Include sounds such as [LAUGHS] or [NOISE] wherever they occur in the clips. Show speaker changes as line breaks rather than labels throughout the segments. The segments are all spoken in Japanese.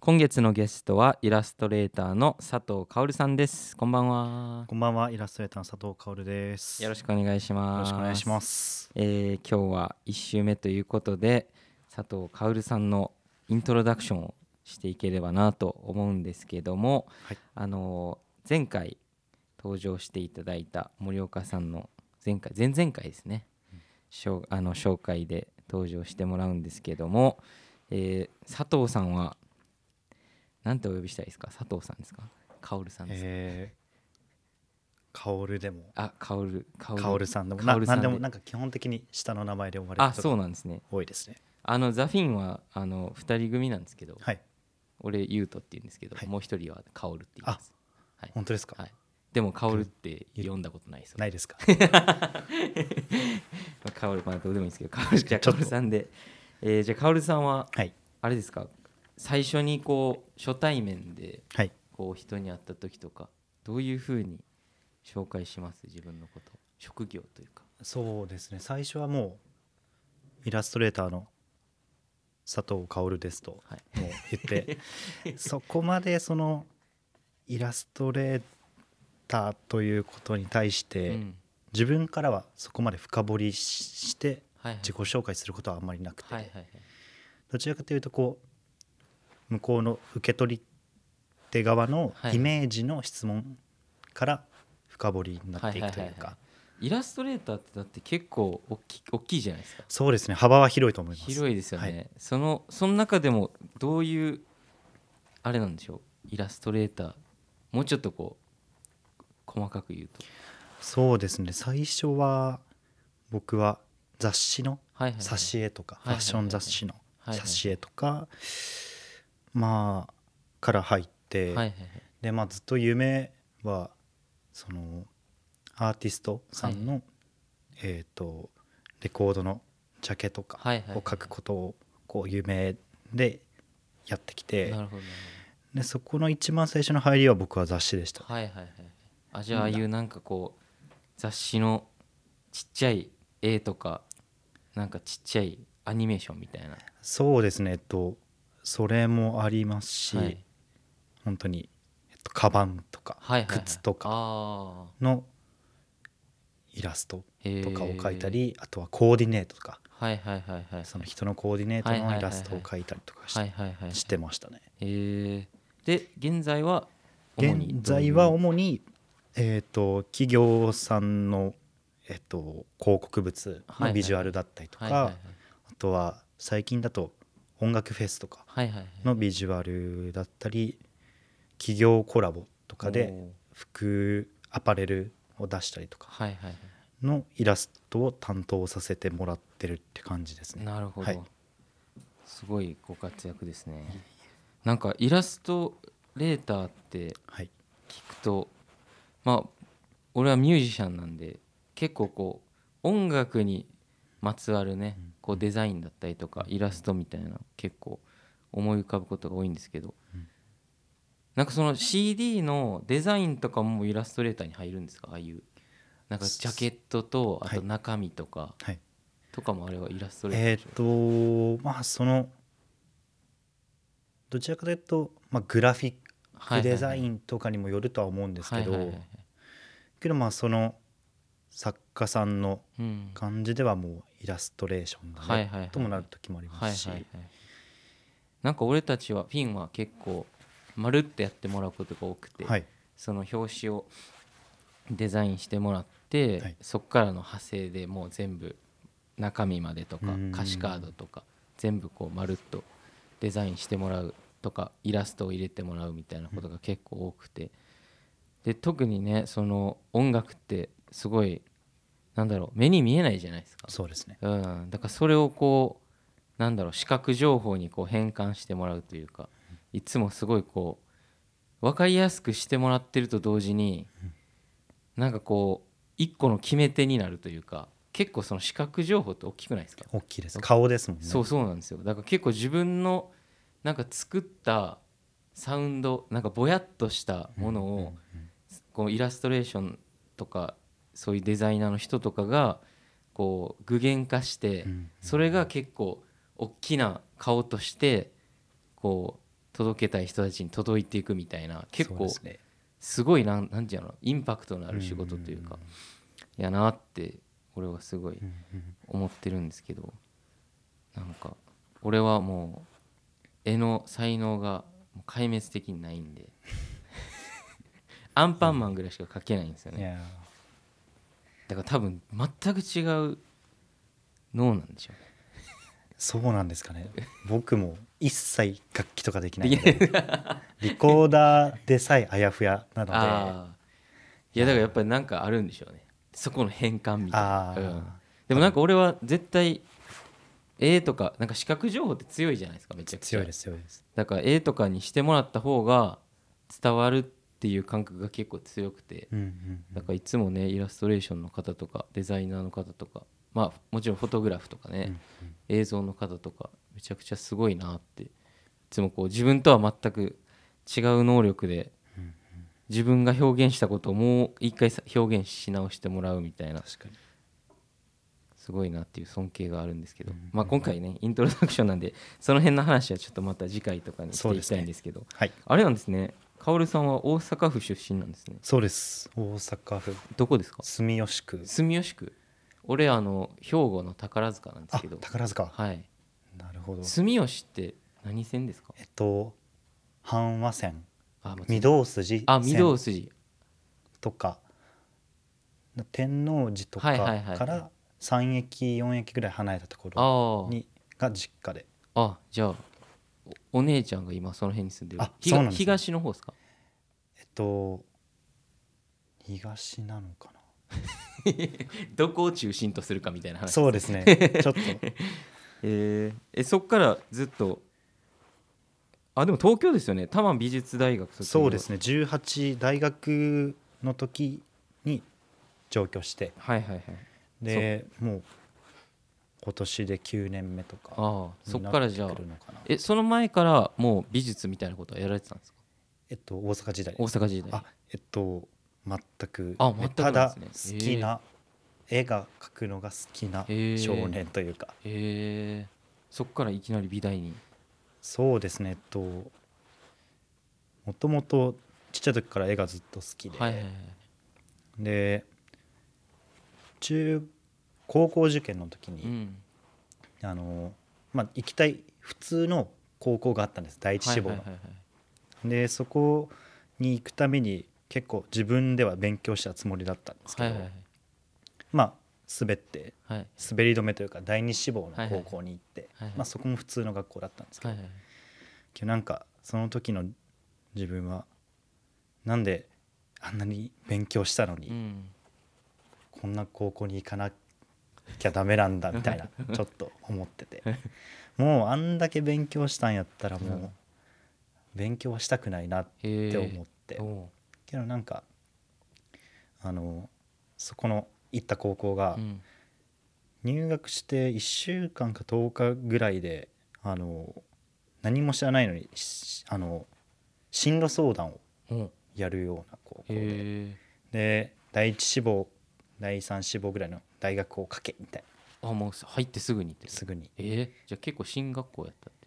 今月のゲストはイラストレーターの佐藤薫さんですこんばんは
こんばんは、イラストレーターの佐藤薫です。
よろしくお願いし
よ
ま
ろ
す
しくお願いします。
えー今日は1週目ということで佐藤薫さんのイントロダクションをしていければなと思うんですけども、
はい
あのー前回登場していただいた森岡さんの前回前々回ですね、しょうあの紹介で登場してもらうんですけども、えー佐藤さんは何てお呼びしたいですか佐藤さんですか薫さんですか、
えー、薫でも、
あ薫薫
薫さんでも、な
薫さ
なんん
で
でも、なんか基本的に下の名前で呼ばれ
あ
ること
そう
が
なんですね
多いですね。
あのザフィンはあの2人組なんですけど、
はい、
俺ユウトって言うんですけど、
はい
もう一人はカオルって言います。はい
本当ですか、
はい。でもカオルって読んだことないですよ。
ないですか
[LAUGHS] まあカオルまあどうでもいいんですけど、カオルじゃあカオルさんで、えーじゃあカオルさんは
はい、
あれですか？最初にこう初対面で
はい。
こう人に会った時とかどういうふうに紹介します自分のこと、職業というか。
そうですね、最初はもう、イラストレーターの佐藤薫ですと、
はい。
もう言って
[LAUGHS]
そこまでそのイラストレーターということに対して、
うん
自分からはそこまで深掘りしして
はいはい
自己紹介することはあんまりなくて、
はいはいはい。
どちらかというとこう向こうの受け取り手側の
はい
イメージの質問から深掘りになっていく
はいはい
という
はいは
か
イラストレーターってだって結構大きい大きいじゃないですか。
そうですね幅は広いと思います
広いですよね、
はい
そのその中でもどういうあれなんでしょうイラストレーターもうちょっとこう細かく言うと、
そうですね最初は僕は雑誌の
はいはいはい
挿絵とかフ
はいは
ァ
いは
ッ
い
ション雑誌の
はいはい
挿絵とかまあから入って、
はいはい
でまあずっと夢はそのアーティストさんの、えっ、とレコードのジャケとか
はいはいはい
を書くことをこう夢でやってき
はい
て、
なるほどなる
でそこの一番最初の入りは僕は雑誌でした
ほどはいはいはいあじゃあああいうなんかこう雑誌のちっちゃい絵とかなんかちっちゃいアニメーションみたいな、
そうですねえっとそれもありますし、
はい、
本当に、えっと、カバンとか
はいはいはい
靴とか
あ
のイラスト
ー
とかを描いた
へー
り、あとはコーディネートとか
はいはいはいはい
その人のコーディネート
はいはいは
の
い
イラストを描いたりとかして
はいはいはい
してましたね。
へーで現在は主
現
にどういう
在は主に、えー、と企業さんの、えー、と広告物
はいは
の
い
ビジュアルだったりとか、
はいはいはい
あとは最近だと音楽フェスとか
はいはいはい
のビジュアルだったり企業コラボとかで
おー
服アパレルを出したりとか
はいはいはい
のイラストを担当させてもらってるって感じですね。
なるほど、
はい
すごいご活躍ですねなんかイラストレーターって
はい、
聞くとまあ俺はミュージシャンなんで結構こう音楽にまつわるね
うん
こうデザインだったりとかイラストみたいなの結構思い浮かぶことが多いんですけど
うん
なんかその CD のデザインとかもイラストレーターに入るんですかああいうなんかジャケットとあ
はい
と中身とか
はい
とかもあれはイラストレーター
え
で
っ
しょ、
とまあそのどちらかというと、まあ、グラフィッ
はいはいは
ク
い
デザインとかにもよるとは思うんですけ
はいはい
ど
はい
けどまあその作家さんの
うん
感じではもうイラストレーションだ
はい
ね
はいはい
ともなる時もあり
は
ま
い
すし
はいはいなんか俺たちはフィンは結構まるってやってもらうことが多くて、
はい
その表紙をデザインしてもらって、
はい
そっからの派生でもう全部中身までとか
うん
歌詞カードとか全部こうまるっとデザインしてもらうとかイラストを入れてもらうみたいなことが結構多くてで特にねその音楽ってすごいなんだろう目に見えないじゃないですか
そうですね
うん、だからそれをこうなんだろう視覚情報にこう変換してもらうというかいつもすごいこう分かりやすくしてもらってると同時になんかこう一個の決め手になるというか結構その視覚情報って大きくないですか
大きいです顔ですもんね
そうそうなんですよだから結構自分のなんか作ったサウンドなんかぼやっとしたものをこうイラストレーションとかそういうデザイナーの人とかがこう具現化して
うん
それが結構大きな顔としてこう届けたい人たちに届いていくみたいな結
そう
構
ですね
すごいなんなんていうのインパクトのある仕事というかやなって俺はすごい
うんうん
思ってるんですけどなんか俺はもう絵の才能がもう壊滅的にないん
[LAUGHS]
でアンパンマンぐらいしか描けないんですよ
い
ね
や
だから多分全く違う脳なんでしょ
ーそうなんですか
[LAUGHS]
ね僕も一切楽器とかできないのでリコーダーでさえあやふやな
うね
のであ
ああいやだからやっぱりなんかあるんでしょうねそこの変換みたいな
あ、
うんでもなんか俺は絶対絵とかなんか視覚情報って強いじゃないですかめちゃくちゃ
強いです強いです
だから絵とかにしてもらった方が伝わるっていう感覚が結構強くて
うんうんうん
だからいつもねイラストレーションの方とかデザイナーの方とかまあもちろんフォトグラフとか
う
ね
んうん
映像の方とかめちゃくちゃすごいなっていつもこう自分とは全く違う能力で
うんうん
自分が表現したことをもう一回さ表現し直してもらうみたいな
確かに
すごいなっていう尊敬があるんですけど
うん
まあ今回ねイントロダクションなんでその辺の話はちょっとまた次回とかにしていきたいんですけど
はい
あれなんですね。カオルさんは大阪府出身なんですね。
そうです大阪府
どこですか？
住吉区
住吉区。俺あの兵庫の宝塚なんです
あ
けど。
宝塚
はい。
なるほど
住吉って何線ですか？
えっと阪和線
あ、ま
御堂筋
あ、御堂
線
筋。
とか天王寺と
はいはいは
か
い
から3駅4駅ぐらい離れたところ
あ
にが実家で
あ。あ、じゃあおお姉ちゃんが今その辺に住んでる。
あ
ひ
そう
が
なんですね
東の方ですか？
えっと東なのか
どこを中心とするかみたいな
な
話。
そうです
[LAUGHS]
ねちょっと
えーえ、そっからずっと。あ、でも東京ですよね。多摩美術大学卒業。
そうですね18大学の時に上京して
はいはいはい。
でもう今年で9年目とか
ああ、そっからじゃ
に
あ
なって。くるのかな
えその前からもう美術みたいなことはやられてたんですか
えっと大阪時代
大阪時代
あえっと全く
あ全く
た
なん
だ
ですね
好きな、絵が描くのが好きな
へえ
少年というか、
へえそっからいきなり美大に
そうですねえっともともとちっちゃい時から絵がずっと好きで、
はいはいはい
で中高校受験の時に、
うん
あのまあ行きたい普通の高校があったんです第一志望の、
はいはいはいはい
でそこに行くために結構自分では勉強したつもりだったんですけど、
はいはい
まあ滑って
はいはい
滑り止めというか第二志望の高校に行って、
はいはいはいはい
まあ、そこも普通の学校だったんですけど、
はいはい
けどなんかその時の自分はなんであんなに勉強したの
う
に
ん
こんな高校に行かなきゃダメなんだみた
[LAUGHS]
いなちょっと思っててもうあんだけ勉強したんやったら
うん
もう勉強はしたくないなっ
へえ
て思って
おう
けどなんかあのそこの行った高校が、
うん
入学して1週間か10日ぐらいであの何も知らないのにしあの進路相談を
おう
やるような高校で
へえ
で第一志望第三志望ぐらいの大学をかけみたいな
あもう入ってすぐにって
すぐに
ええじゃあ結構進学校やったって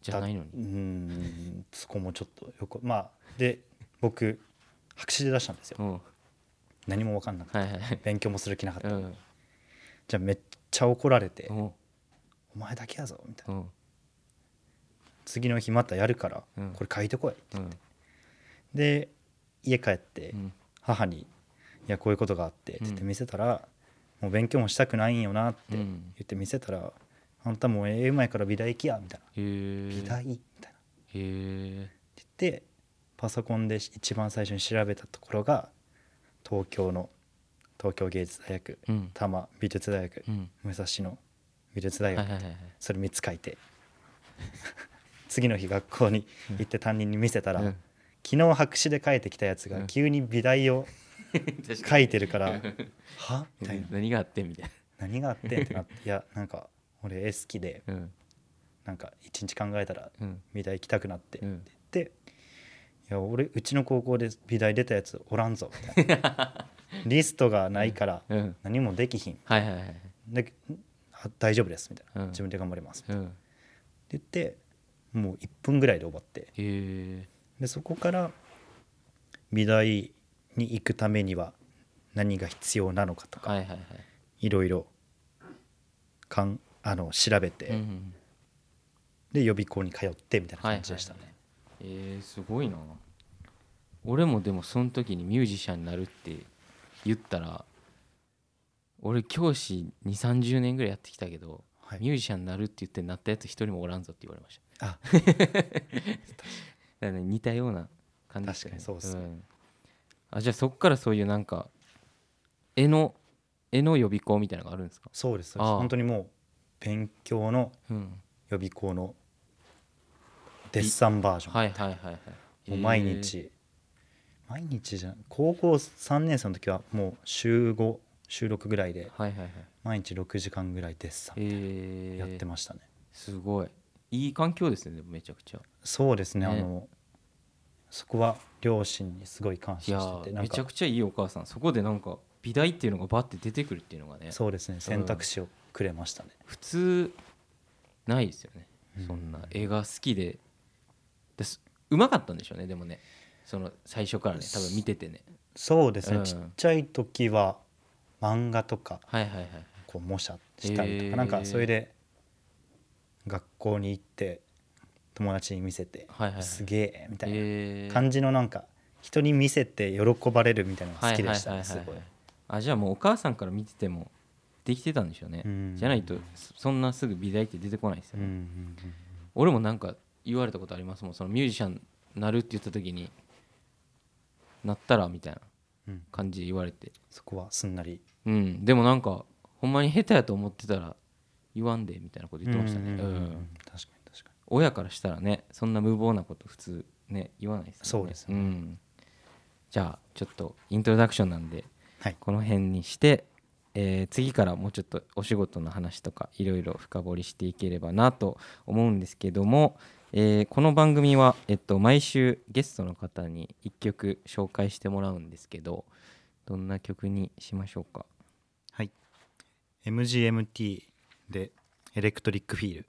じゃないの
う
に
ーんそこもちょっとよくまあで僕白紙で出したんですよ
うんは
何も分かんなかっ
いはいはい
た勉強もする気なかっ
う
た
ん
じゃあめっちゃ怒られて
おう
「お前だけやぞ」みたい
う
な
ん
次の日またやるから
うん
これ書いてこい
うん
で家帰って
うん
母に「いやこういうことがあって」って言って
うん
見せたら「もう勉強もしたくないんよな」っ
う
て言
ん
って見せたら「あんたもうええうまいから美大行きや」みたいな
へ
「
え
美大」みたいなっ
へえ
て言ってパソコンで一番最初に調べたところが東京の東京芸術大学
うん
多摩美術大学
うん
武蔵野美術大
はいはい
学
はいはい
それ3つ書いて [LAUGHS] 次の日学校に行って担任に見せたら
うん
昨日白紙で書いてきたやつ
う
が
ん
急に美大を
確かに
書いて
[LAUGHS]
るから「は?」みたいな
何があってみたい
「何があって?」ってなって「いやなんか俺絵好きで
な。うん
なんか一日考えたら
うん
美大行きたくなって」
う
って
ん
言って「いや俺うちの高校で美大出たやつおらんぞ」みた
[LAUGHS]
いな「リストがないから
うん
何もできひん
はいはいはい。」
だけあ「大丈夫です」みたいな
うん
「自分で頑張ります」って
うん
言ってもう1分ぐらいで終わって
え
でそこから美大に行くためには何が必要なのかとか、
はいはいはい
い、ろいろかんあの調べて、
うんうん
で予備校に通ってみたいな
はいはい
感じでしたね、
えー、すごいな俺もでもその時にミュージシャンになるって言ったら俺教師2 3 0年ぐらいやってきたけど、
はい
ミュージシャンになるって言ってなったやつ一人もおらんぞって言われました
あ
だからね似たような感じで
確かにそうっすね
んあじゃあそっからそういうなんか絵の絵の予備校みたいなのがあるんですか、
そうですそう
あ
です
あ
本当にもう勉強の
うん、
予備校のデッサンバージョン、
はいはいはいはい
もう毎日、毎日じゃん高校3年生の時はもう週5週6ぐらい
え
で
ーはいはいはい
毎日6時間ぐらいデッサン
えー、
やってましたね、
すごいいい環境ですねでもめちゃくちゃ
そうですね
ね
あのそこは両親にすごい感
い
謝
や
してて
ー
なん
めちゃ
か
くちゃいいお母さんそこでなんか美大っていうのがバッて出てくるっていうのがね
そうですね選択肢をくれましたね、
普通ないですよね
うん
そんな映画好きでですうまかったんでしょうねでもねその最初からね多分見ててね
そうですね、
うん
ちっちゃい時は漫画とか
はいはいはい
こう模写したりとか、
へー
なんかそれで学校に行って友達に見せて、
はいはいはい
すげえみたいな
えー
感じのなんか人に見せて喜ばれるみたいなのが好きでしたねすごい。
あじゃあもうお母さんから見ててもできてたんでしょうね
うん
じゃないとそそんなすぐ美大って出てこないですよ
うん
ね、
うんうん
俺もなんか言われたことありますもんそのミュージシャンなるって言った時になったらみたいな
うん
感じで言われて
そこはすんなり
うんでもなんかほんまに下手やと思ってたら言わんでみたいなこと言ってましたね
うんうんうんうん
うん
確かに確か
親からしたらねそんな無謀なこと普通ね言わないですよね
そうですね
ん、じゃあちょっとイントロダクションなんで、
はい
この辺にして、えー次からもうちょっとお仕事の話とかいろいろ深掘りしていければなと思うんですけども、えーこの番組は、えっと、毎週ゲストの方に1曲紹介してもらうんですけどどんな曲にしましょうか
に。はい。MGMT でエレクトリックフィール。